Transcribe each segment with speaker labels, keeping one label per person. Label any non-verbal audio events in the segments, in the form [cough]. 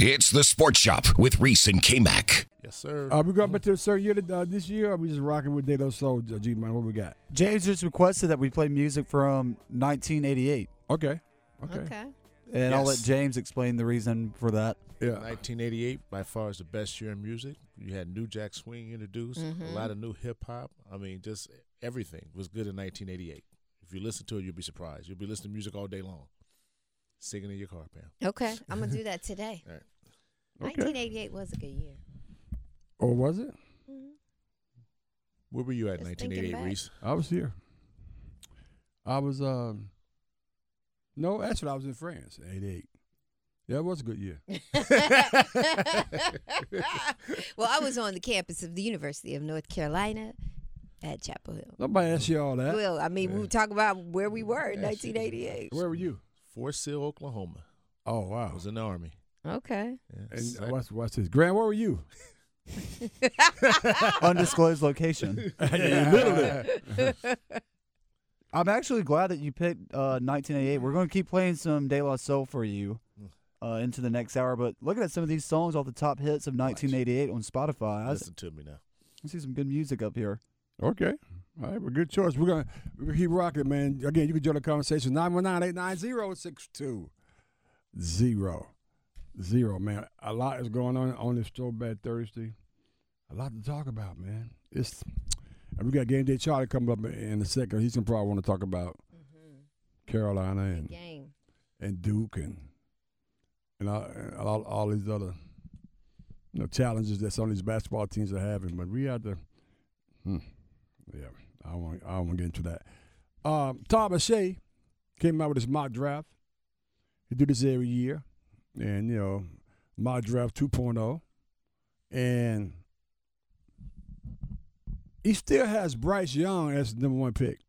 Speaker 1: It's the Sports Shop with Reese and K-Mac.
Speaker 2: Yes, sir.
Speaker 3: Uh, we going back to a certain year uh, this year, or we just rocking with De La Soul, uh, G Man? What we got?
Speaker 4: James just requested that we play music from 1988,
Speaker 3: Okay. Okay.
Speaker 5: Okay.
Speaker 4: and I'll let
Speaker 2: Yes.
Speaker 4: James explain the reason for that.
Speaker 3: Yeah.
Speaker 2: 1988, by far, is the best year in music. You had New Jack Swing introduced,
Speaker 5: Mm-hmm.
Speaker 2: a lot of new hip hop. I mean, just everything was good in 1988. If you listen to it, you'll be surprised. You'll be listening to music all day long, singing in your car, Pam.
Speaker 5: Okay. I'm gonna do that today.
Speaker 2: [laughs] All right.
Speaker 5: 1988 was a good year.
Speaker 3: Or Oh, was it?
Speaker 2: Mm-hmm. [laughs] Where were you at in
Speaker 5: Just
Speaker 2: 1988,
Speaker 5: thinking back.
Speaker 2: Reese?
Speaker 3: I was here. I was um. No, actually, I was in France. Eighty-eight. Yeah, it was a good
Speaker 5: [laughs]
Speaker 3: year.
Speaker 5: [laughs] well, I was on the campus of the University of North Carolina at Chapel Hill.
Speaker 3: Nobody asked you all that.
Speaker 5: Well, I mean, we were talking about where we were in
Speaker 2: Yeah, she-
Speaker 5: 1988.
Speaker 3: Where were you?
Speaker 2: Forest Hill, Oklahoma.
Speaker 3: Oh
Speaker 2: I
Speaker 3: wow.
Speaker 2: was in the Army.
Speaker 5: Okay.
Speaker 2: Yeah,
Speaker 3: And
Speaker 2: [laughs]
Speaker 3: [laughs]
Speaker 2: sec-
Speaker 3: what's what's this? Grant, where were you?
Speaker 4: Undisclosed location. I'm actually glad that you picked uh, 1988. We're going to keep playing some De La Soul for you uh, into the next hour, but looking at some of these songs off the top hits of 1988 on Spotify, I
Speaker 2: [laughs]
Speaker 4: s-
Speaker 2: listen to me now.
Speaker 4: I see some good music up here.
Speaker 3: Okay. All right, well, good choice. We're gonna we keep rocking, man. Again, you can join the conversation 919-890-6200. Zero, man. A lot is going on on this Throwback Thursday. A lot to talk about, man. It's and we got game day Charlie coming up in- in a second. He's gonna probably want to talk about Carolina and
Speaker 5: Game.
Speaker 3: and Duke and and all, and all, all these other you know challenges that some of these basketball teams are having. But we had to, hmm, yeah, I don't want I don't want to get into that. Um, Thomas Shea came out with his mock draft. He do this every year, and you know mock draft 2.0, and he still has Bryce Young as the number one pick.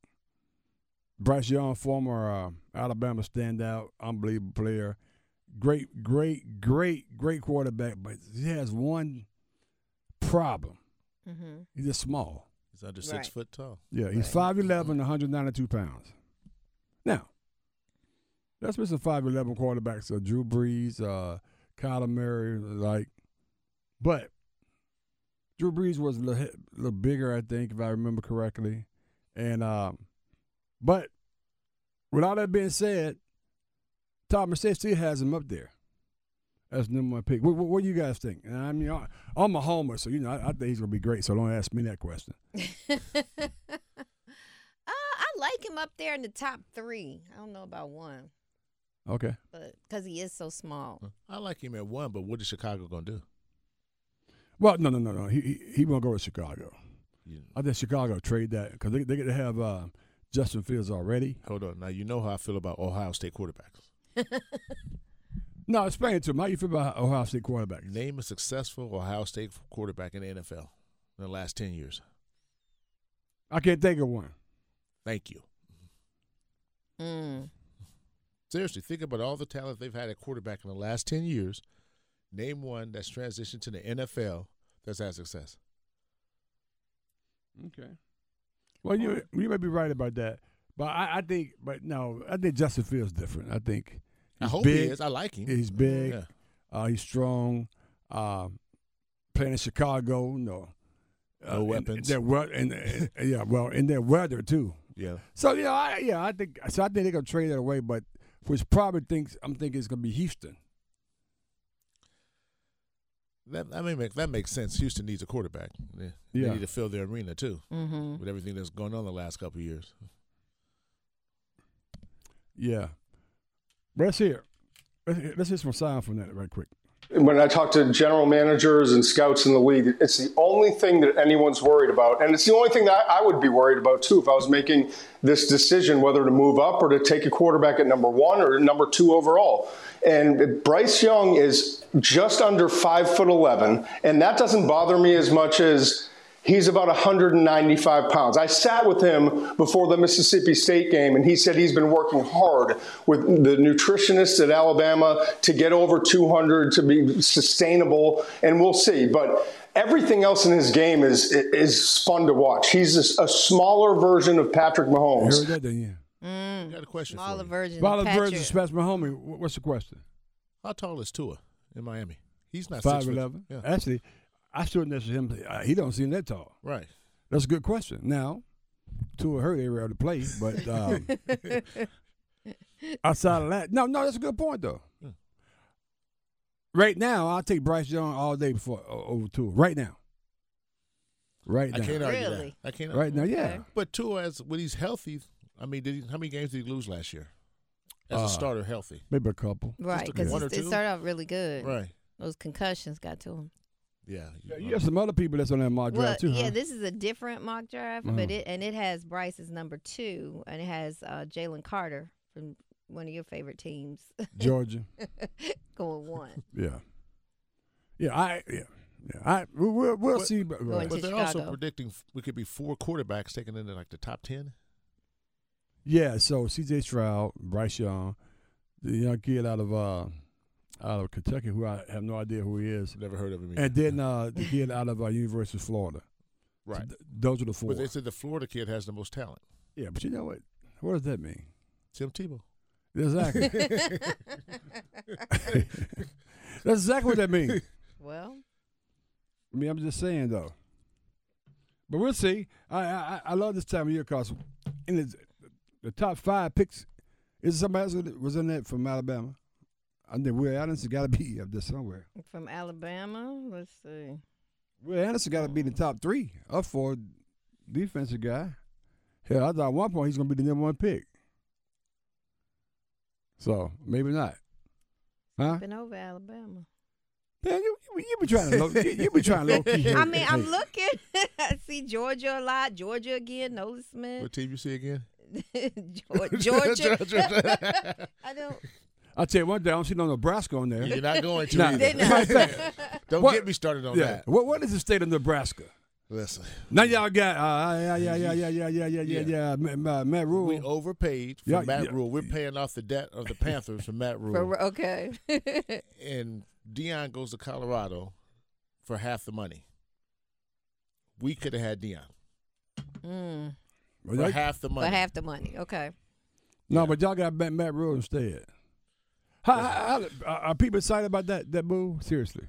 Speaker 3: Bryce Young, former uh, Alabama standout, unbelievable player, great, great, great, great quarterback, but he has one problem.
Speaker 5: Mm-hmm. [laughs]
Speaker 3: He's just small.
Speaker 2: He's under six
Speaker 5: Right.
Speaker 2: foot tall.
Speaker 3: Yeah, he's five eleven, one hundred ninety two pounds. Now, that's been some five eleven quarterbacks: uh, Drew Brees, uh, Kyler Murray, like, but Drew Brees was a little, he- little bigger, I think, if I remember correctly, and um, but with all that being said, Tom Mercedes still has him up there. That's number one pick. What, what, what do you guys think? And I mean, I- I'm a homer, so you know I, I think he's gonna be great. So don't ask me that question.
Speaker 5: Uh, I like him up there in the top three. I don't know about one,
Speaker 3: Okay.
Speaker 5: but because he is so small.
Speaker 2: I like him at one, but what is Chicago going to do?
Speaker 3: Well, no, no, no, no. He he, he won't go to Chicago.
Speaker 2: You-
Speaker 3: I think Chicago trade that because they, they get to have uh, Justin Fields already.
Speaker 2: hold on. Now, you know how I feel about Ohio State quarterbacks.
Speaker 3: No, explain it to him. How you feel about Ohio State quarterback?
Speaker 2: Name a successful Ohio State quarterback in the NFL in the last 10 years.
Speaker 3: I can't think of one.
Speaker 2: Thank you.
Speaker 5: Mm.
Speaker 2: Seriously, think about all the talent they've had at quarterback in the last 10 years. Name one that's transitioned to the NFL that's had success.
Speaker 3: Okay. Well, you you may be right about that, but I, I think, but no, I think Justin Fields different. I think
Speaker 2: I
Speaker 3: he's
Speaker 2: hope he
Speaker 3: big,
Speaker 2: is. I like him.
Speaker 3: He's big.
Speaker 2: Yeah.
Speaker 3: Uh, he's strong. Uh, playing in Chicago, no, uh,
Speaker 2: No
Speaker 3: and-
Speaker 2: weapons.
Speaker 3: And, that wea- and, and- yeah, well, in their weather too.
Speaker 2: Yeah.
Speaker 3: So you know, I, yeah, I think so. I think they're gonna trade that away, but which probably thinks I'm thinking it's gonna be Houston.
Speaker 2: That, I mean, make, that makes sense. Houston needs a quarterback. Yeah. They
Speaker 3: Yeah.
Speaker 2: need to fill their arena, too,
Speaker 5: Mm-hmm.
Speaker 2: with everything that's going on the last couple of years.
Speaker 3: Yeah, let's hear. Let's hear, let's hear some sound from that right quick.
Speaker 6: when I talk to general managers and scouts in the league, it's the only thing that anyone's worried about. And it's the only thing that I would be worried about, too, if I was making this decision whether to move up or to take a quarterback at number one or number two overall. And Bryce Young is just under five foot 11. And that doesn't bother me as much as he's about 195 pounds. I sat with him before the Mississippi State game, and he said he's been working hard with the nutritionists at Alabama to get over 200 to be sustainable, and we'll see. But everything else in his game is is fun to watch. He's a, a smaller version of Patrick
Speaker 3: You heard
Speaker 6: Mahomes.
Speaker 3: that, didn't you?
Speaker 2: I got a question
Speaker 5: Smaller
Speaker 2: for you.
Speaker 5: version.
Speaker 3: Violet
Speaker 5: of Patrick.
Speaker 3: Birds and Smash Mahomie. wh- What's the question?
Speaker 2: How tall is Tua in Miami? He's not
Speaker 3: Five
Speaker 2: six foot-
Speaker 3: eleven.
Speaker 2: Yeah.
Speaker 3: Actually, I shouldn't have him. uh, He don't seem that tall.
Speaker 2: Right.
Speaker 3: That's a good question. Now, two of her they were able to play,
Speaker 2: [laughs]
Speaker 3: but um, outside of that, no, no, that's a good point though.
Speaker 2: Hmm.
Speaker 3: Right now, I'll take Bryce Young all day before o- over two. Right now, right
Speaker 2: I can't
Speaker 3: now,
Speaker 2: argue
Speaker 5: Really?
Speaker 2: that. I can't.
Speaker 3: right now, yeah.
Speaker 2: But Tua, as when he's healthy, I mean, did he, how many games did he lose last year as
Speaker 3: Uh,
Speaker 2: a starter healthy?
Speaker 3: Maybe a couple.
Speaker 5: Right,
Speaker 2: Just a
Speaker 5: because
Speaker 2: one or
Speaker 5: it
Speaker 2: two?
Speaker 5: started off really good.
Speaker 2: Right.
Speaker 5: Those concussions got to him.
Speaker 2: Yeah.
Speaker 3: You have some other people that's on that mock
Speaker 5: Well,
Speaker 3: draft too.
Speaker 5: yeah,
Speaker 3: huh?
Speaker 5: this is a different mock draft,
Speaker 3: Mhm.
Speaker 5: but it and it has Bryce as number two, and it has uh, Jalen Carter from one of your favorite teams [laughs]
Speaker 3: Georgia. [laughs]
Speaker 5: going one.
Speaker 3: Yeah, yeah, I, yeah, yeah. I we- we'll we'll
Speaker 2: But-
Speaker 3: see. But,
Speaker 5: Going
Speaker 3: right.
Speaker 5: to
Speaker 2: but they're also
Speaker 5: Chicago.
Speaker 2: predicting f- we could be four quarterbacks taken into like the top ten.
Speaker 3: Yeah, so C.J. Stroud, Bryce Young, the young kid out of uh, out of Kentucky, who I have no idea who he is,
Speaker 2: Never heard of him.
Speaker 3: and then uh, the kid out of uh, University of Florida. So
Speaker 2: right.
Speaker 3: th- those are the four.
Speaker 2: But they said the Florida kid has the most talent.
Speaker 3: yeah, but you know what? What does that mean?
Speaker 2: Tim Tebow.
Speaker 3: Exactly. [laughs] That's exactly what that means.
Speaker 5: well,
Speaker 3: I mean, I'm just saying though. But we'll see. I I, I love this time of year because in the, the top five picks, is somebody else that was in that from Alabama? I think Will Anderson got to be up there somewhere.
Speaker 5: from Alabama, let's see.
Speaker 3: Will Anderson got to be in the top three up for defensive guy. Hell, I thought at one point he's going to be the number one pick. So maybe not, huh?
Speaker 5: Been over Alabama.
Speaker 3: Man, you, you, you be trying to low, you, you be trying to low
Speaker 5: [laughs]
Speaker 3: key.
Speaker 5: I mean, I'm looking. [laughs] I see Georgia a lot. Georgia again. Nola Smith.
Speaker 2: What team you see again? [laughs]
Speaker 5: [laughs] Geor- Georgia. [laughs] I don't.
Speaker 3: I tell you one thing, I don't see no Nebraska on there.
Speaker 2: You're not going to.
Speaker 3: Nah.
Speaker 2: either.
Speaker 3: [laughs]
Speaker 5: They're not.
Speaker 3: Matter of fact,
Speaker 2: Don't
Speaker 3: What-
Speaker 2: get me started on
Speaker 3: yeah.
Speaker 2: that.
Speaker 3: What what is the state of Nebraska?
Speaker 2: Listen,
Speaker 3: Now y'all got uh, yeah yeah yeah yeah yeah yeah yeah yeah yeah Matt, Matt
Speaker 2: we
Speaker 3: Rule.
Speaker 2: overpaid for
Speaker 3: Yeah,
Speaker 2: Matt
Speaker 3: yeah.
Speaker 2: Rule. We're paying off the debt
Speaker 3: [laughs]
Speaker 2: of the Panthers for Matt Rule,
Speaker 5: [laughs] For, okay.
Speaker 2: and Dion goes to Colorado for half the money. We could have had Dion
Speaker 5: mm,
Speaker 2: for
Speaker 3: Well, y'all-
Speaker 2: half the
Speaker 5: for
Speaker 2: money.
Speaker 5: half the money. Okay.
Speaker 3: No, but y'all got Matt, Matt Rule instead. How, how, how- are are people excited about that that move? Seriously,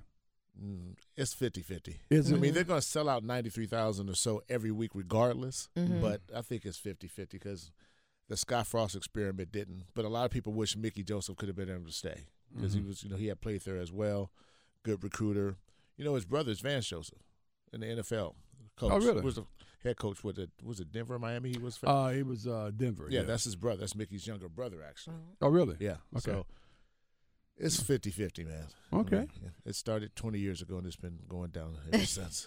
Speaker 2: Mm, it's 50-50.
Speaker 3: is
Speaker 2: I
Speaker 3: it?
Speaker 2: mean, they're going to sell out 93,000 or so every week regardless,
Speaker 5: Mm-hmm.
Speaker 2: but I think it's 50-50 because the Scott Frost experiment didn't. But a lot of people wish Mickey Joseph could have been able to stay because
Speaker 3: Mm-hmm.
Speaker 2: he was, you know, he had played there as well, good recruiter. You know, his brother is Vance Joseph in the NFL. Coach.
Speaker 3: Oh, really?
Speaker 2: Was the head coach with the, was it Denver, Miami? He was for?
Speaker 3: Uh, it was uh, Denver.
Speaker 2: yeah, that's his brother. That's Mickey's younger brother, actually.
Speaker 3: oh really?
Speaker 2: Yeah.
Speaker 3: Okay.
Speaker 2: So it's 50-50, man. I
Speaker 3: Okay.
Speaker 2: mean, yeah, it started 20 years ago and it's been going down
Speaker 3: [laughs]
Speaker 2: ever since.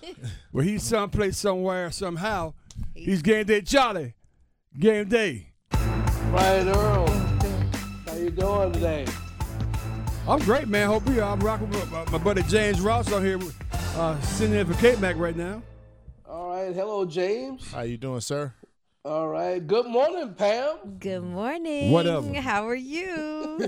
Speaker 3: Well, he's someplace, somewhere, somehow. He's game day, Charlie. Game day.
Speaker 7: Quiet Earl, how you doing today?
Speaker 3: I'm great, man. Hope you. are. I'm rocking with my, my buddy James Ross on here, uh, sitting in for K Mac right now.
Speaker 7: All right, hello James.
Speaker 2: How you doing,
Speaker 3: [laughs]
Speaker 2: sir? [laughs]
Speaker 7: All right, good morning, Pam.
Speaker 5: Good morning.
Speaker 3: Whatever.
Speaker 5: [laughs] How are
Speaker 7: [laughs]
Speaker 5: you?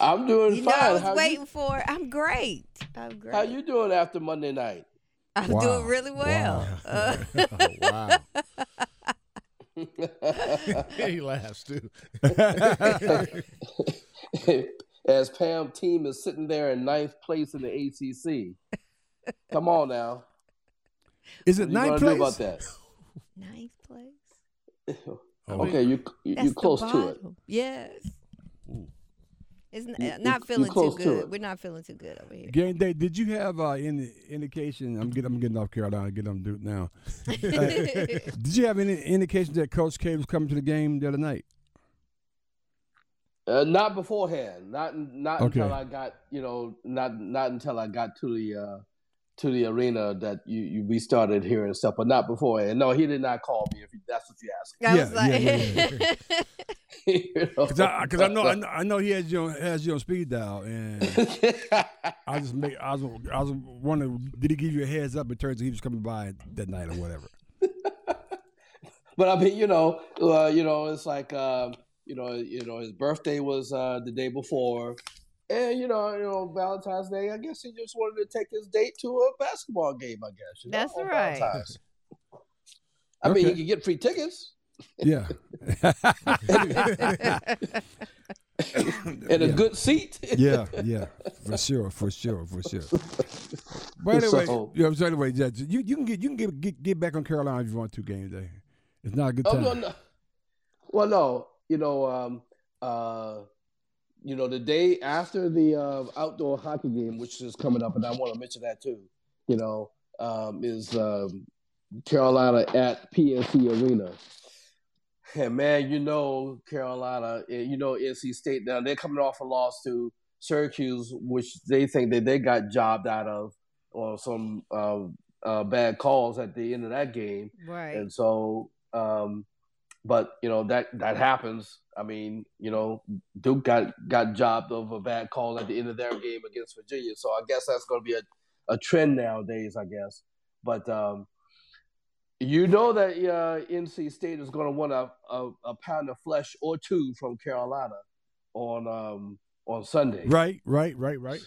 Speaker 7: I'm doing
Speaker 5: you know,
Speaker 7: fine.
Speaker 5: I was
Speaker 7: how
Speaker 5: waiting
Speaker 7: You,
Speaker 5: for. it. I'm great. I'm great.
Speaker 7: how you doing after Monday night? [laughs]
Speaker 5: I'm
Speaker 3: Wow.
Speaker 5: doing really well. Uh,
Speaker 2: Oh, wow. [laughs] he laughs too. [laughs]
Speaker 7: As Pam team is sitting there in ninth place in the ACC. Come on now,
Speaker 3: Is it
Speaker 7: what are you
Speaker 3: ninth
Speaker 7: gonna
Speaker 3: place? Oh,
Speaker 7: do about that?
Speaker 5: ninth place.
Speaker 2: Oh,
Speaker 7: okay, you you
Speaker 5: That's
Speaker 7: you close
Speaker 5: the
Speaker 7: to it.
Speaker 5: bottom. Yes. It's n-
Speaker 7: You-
Speaker 5: uh,
Speaker 7: you-
Speaker 5: not
Speaker 7: you
Speaker 5: feeling too
Speaker 7: close to
Speaker 5: good.
Speaker 7: it.
Speaker 5: We're not feeling too good over here.
Speaker 3: Game day. Did you have uh, any indication? I'm getting. I'm getting off Carolina. Get on Duke now. Uh, did you have any indication that Coach K was coming to the game the other night?
Speaker 7: Uh, not beforehand. Not not
Speaker 3: Okay.
Speaker 7: until I got you know not not until I got to the uh, to the arena that you, you we started hearing stuff, but not beforehand. No, he did not call me. If you, that's what you asked.
Speaker 5: [laughs] I
Speaker 3: Yeah,
Speaker 5: was like,
Speaker 3: yeah, yeah,
Speaker 7: [laughs]
Speaker 3: Because I, 'cause I know, I know I know he has you on, has you on speed dial, and I just make I was I was wondering did he give you a heads up in terms of he was coming by that night or whatever.
Speaker 7: but I mean, you know, uh, you know, it's like um, you know, you know, his birthday was uh, the day before, and you know, you know, Valentine's Day. I guess he just wanted to take his date to a basketball game. I guess you know,
Speaker 5: That's
Speaker 7: on
Speaker 5: right.
Speaker 7: Valentine's. I mean,
Speaker 3: Okay.
Speaker 7: he could get free tickets.
Speaker 3: Yeah,
Speaker 7: [laughs]
Speaker 5: [laughs]
Speaker 7: and a good seat.
Speaker 3: yeah,
Speaker 7: [laughs]
Speaker 3: yeah, for sure, for sure, for sure. But anyway,
Speaker 7: So-
Speaker 3: yeah, so anyway, Judge, you you can get you can get, get get back on Carolina if you want to game day. It's not a good
Speaker 7: oh
Speaker 3: time.
Speaker 7: no, no. Well, no, you know, um, uh, you know, the day after the uh, outdoor hockey game, which is coming up, and I want to mention that too. You know, um, is um, Carolina at PNC Arena. And man, you know Carolina, eh, you know NC State. Now they're coming off a loss to Syracuse, which they think that they got jobbed out of on some uh, uh, bad calls at the end of that game.
Speaker 5: right.
Speaker 7: And so, um, but you know that that happens. I mean, you know, Duke got got jobbed of a bad call at the end of their game against Virginia. So I guess that's going to be a, a trend nowadays. I guess, but um, you know that uh, NC State is going to want a, a a pound of flesh or two from Carolina on um, on Sunday
Speaker 3: Right, right, right, right.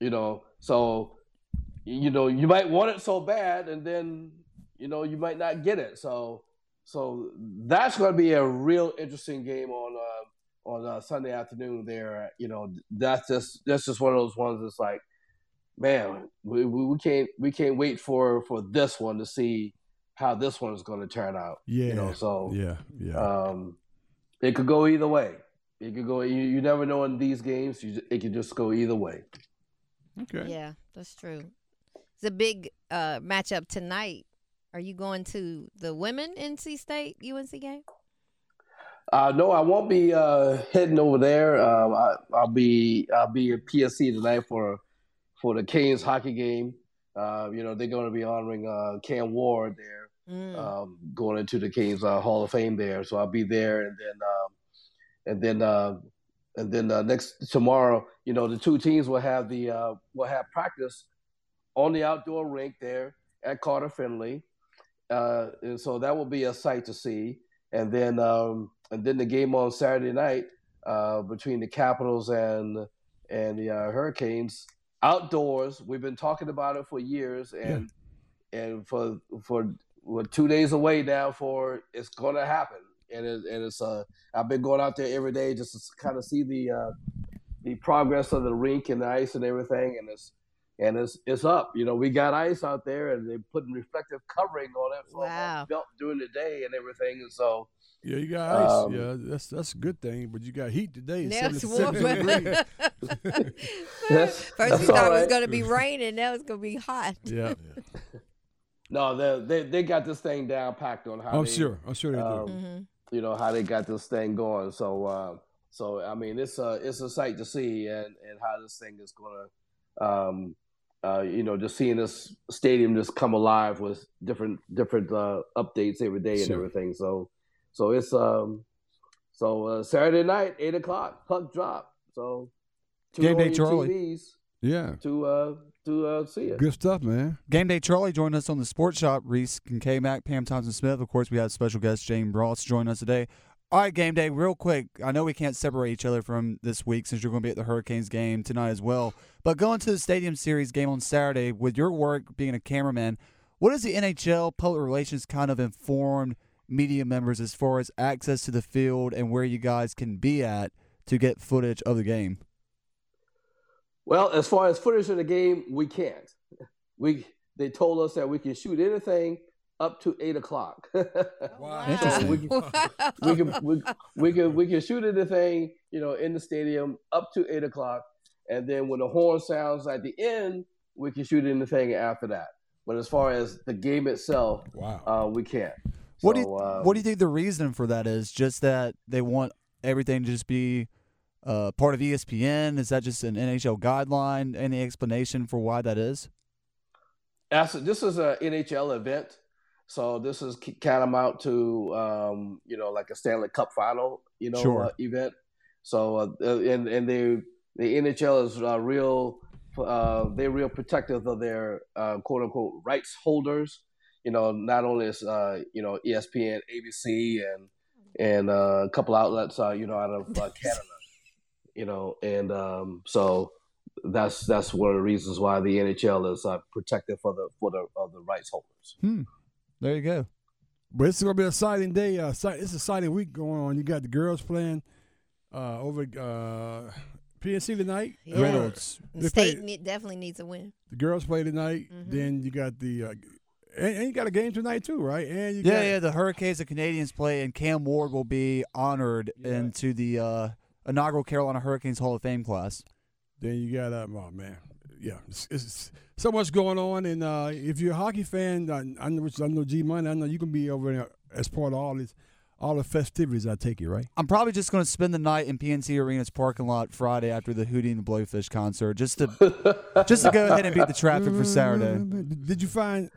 Speaker 7: you know so you know you might want it so bad and then you know you might not get it so so that's going to be a real interesting game on uh, on uh, Sunday afternoon there you know that's just that's just one of those ones that's like man we, we we can't we can't wait for for this one to see how this one is going to turn out
Speaker 3: Yeah,
Speaker 7: you know so
Speaker 3: yeah, yeah.
Speaker 7: um, it could go either way it could go you, you never know in these games you, ju- it could just go either way
Speaker 3: okay.
Speaker 5: Yeah, that's true. It's a big uh, matchup tonight. Are you going to the women NC State UNC game?
Speaker 7: Uh, no, I won't be uh, heading over there. Um, I, I'll be I'll be at PSC tonight for for the Canes hockey game. Uh, you know they're going to be honoring uh, Cam Ward there,
Speaker 5: Mm.
Speaker 7: um, going into the Canes uh, Hall of Fame there. So I'll be there, and then um, and then uh, and then uh, next tomorrow, you know, the two teams will have the uh, will have practice on the outdoor rink there at Carter Finley, uh, and so that will be a sight to see. And then um, and then the game on Saturday night uh, between the Capitals and and the uh, Hurricanes outdoors. We've been talking about it for years, and and for for we're two days away now for it's going to happen. And, it, and it's uh, I've been going out there every day just to kind of see the uh, the progress of the rink and the ice and everything, and it's and it's it's up. You know, we got ice out there, and they're putting reflective covering on it from
Speaker 5: Wow.
Speaker 7: our belt during the day and everything, and so
Speaker 3: Yeah, you got ice.
Speaker 7: Um,
Speaker 3: yeah, that's that's a good thing. But you got heat today. It's
Speaker 5: Now it's
Speaker 3: 77
Speaker 5: warmer. [laughs]
Speaker 3: degrees.
Speaker 7: That's-
Speaker 5: First
Speaker 7: that's
Speaker 5: we thought
Speaker 7: all
Speaker 5: it was
Speaker 7: right.
Speaker 5: going to be raining. Now it's going to be hot.
Speaker 3: Yeah,
Speaker 7: no, they they they got this thing down packed on how
Speaker 4: Oh,
Speaker 3: I'm
Speaker 7: they,
Speaker 3: sure. I'm sure they do.
Speaker 7: um,
Speaker 5: Mhm.
Speaker 7: you know how they got this thing going. So uh, so I mean it's a it's a sight to see and and how this thing is gonna um, uh, you know just seeing this stadium just come alive with different different uh, updates every day and
Speaker 3: Sure.
Speaker 7: everything. So so it's um so uh, Saturday night eight o'clock puck drop. So tune
Speaker 4: Game
Speaker 7: on
Speaker 4: day
Speaker 7: your
Speaker 4: Charlie.
Speaker 7: TVs
Speaker 3: yeah,
Speaker 7: to uh to uh see it.
Speaker 3: good stuff, man.
Speaker 4: Game Day Charlie joined us on the Sports Shop. Reese Kincaid, Mac, Pam Thompson Smith. Of course, we have special guest Jane Bross join us today. All right, Game Day, real quick. I know we can't separate each other from this week since you're going to be at the Hurricanes game tonight as well. But going to the Stadium Series game on Saturday, with your work being a cameraman, what is the NHL public relations kind of informed media members as far as access to the field and where you guys can be at to get footage of the game?
Speaker 7: Well, as far as footage of the game, we can't. We they told us that we can shoot anything up to eight o'clock. [laughs]
Speaker 4: Interesting.
Speaker 7: We, can-
Speaker 5: Wow.
Speaker 7: we can we, we can we can shoot anything you know in the stadium up to eight o'clock, and then when the horn sounds at the end, we can shoot anything after that. But as far as the game itself,
Speaker 3: Wow.
Speaker 7: uh, we can't.
Speaker 4: What do
Speaker 7: So,
Speaker 4: you,
Speaker 7: um,
Speaker 4: what do you think the reason for that is? Just that they want everything to just be uh, part of ESPN? Is that just an NHL guideline? Any explanation for why that is?
Speaker 7: As, this is a NHL event, so this is ki- tantamount to um, you know like a Stanley Cup final, you know,
Speaker 4: Sure.
Speaker 7: uh, event. So uh, and and they the NHL is uh, real. Uh, they're real protective of their uh, quote unquote rights holders. You know, not only is uh, you know ESPN, ABC, and and uh, a couple outlets, uh, you know, out of uh, Canada. You know, and um, so that's that's one of the reasons why the NHL is uh, protected for the for the of the rights holders.
Speaker 4: There you go.
Speaker 3: But it's gonna be an exciting day. Uh, exci- it's an exciting week going on. You got the girls playing uh, over uh, PNC tonight.
Speaker 5: Yeah.
Speaker 4: Reynolds.
Speaker 3: They
Speaker 5: State
Speaker 3: play-
Speaker 5: ne- definitely needs a win.
Speaker 3: the girls play tonight.
Speaker 5: Mm-hmm.
Speaker 3: Then you got the uh, and, and you got a game tonight too, right? And you
Speaker 4: Yeah,
Speaker 3: got,
Speaker 4: yeah. The Hurricanes and Canadians play, and Cam Ward will be honored into the uh, inaugural Carolina Hurricanes Hall of Fame class.
Speaker 3: Then you got um, oh man, yeah, it's, it's so much going on. And uh, if you're a hockey fan, I, I know I know G Money. I know you can be over there as part of all this, all the festivities. I take it right.
Speaker 4: I'm probably just going to spend the night in PNC Arena's parking lot Friday after the Hootie and the Blowfish concert, just
Speaker 3: [laughs]
Speaker 4: to just to go ahead and beat the traffic for Saturday.
Speaker 3: Did you find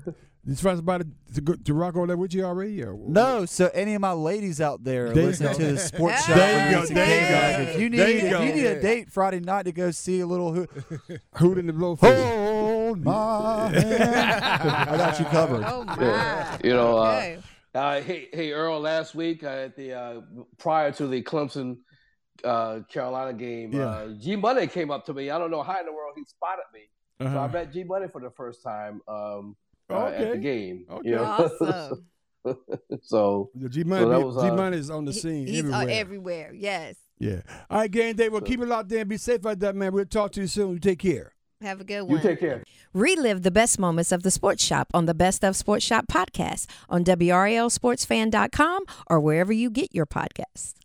Speaker 3: did you find somebody to go, to rock on that with you already? Or?
Speaker 4: No, so any of my ladies out there
Speaker 3: There you
Speaker 4: listening
Speaker 3: go.
Speaker 4: to the sports
Speaker 5: There
Speaker 4: shop,
Speaker 5: you go,
Speaker 4: Reese
Speaker 5: there you
Speaker 4: Gamecock,
Speaker 5: go.
Speaker 4: if you need
Speaker 3: There you
Speaker 4: if
Speaker 3: go.
Speaker 4: you need a date Friday night to go see a little
Speaker 5: [laughs]
Speaker 4: Hootie,
Speaker 3: Who didn't blow?
Speaker 4: hold my
Speaker 5: [laughs]
Speaker 4: hand. I got you covered.
Speaker 5: Oh my!
Speaker 7: Yeah, you know, uh,
Speaker 5: Okay.
Speaker 7: Uh, hey, hey, Earl. Last week uh, at the uh, prior to the Clemson uh, Carolina game, uh, G Money came up to me. I don't know how in the world he spotted me, so I met G Money for the first time um, uh, at the
Speaker 3: Uh-huh. Okay.
Speaker 7: game.
Speaker 3: Okay.
Speaker 5: awesome.
Speaker 7: [laughs] so
Speaker 3: G
Speaker 7: So that
Speaker 3: Money
Speaker 7: was, uh,
Speaker 3: G Money is on the
Speaker 5: He-
Speaker 3: scene
Speaker 5: he's uh,
Speaker 3: everywhere.
Speaker 5: everywhere. everywhere. Yes.
Speaker 3: yeah. All right, gang day. Well, keep it locked in. Be safe out there, man. We'll talk to you soon. You take care.
Speaker 5: Have a good
Speaker 7: you
Speaker 5: one.
Speaker 7: take care.
Speaker 5: Relive the best moments of the Sports Shop on the Best of Sports Shop podcast on WRLSportsFan.com or wherever you get your podcasts.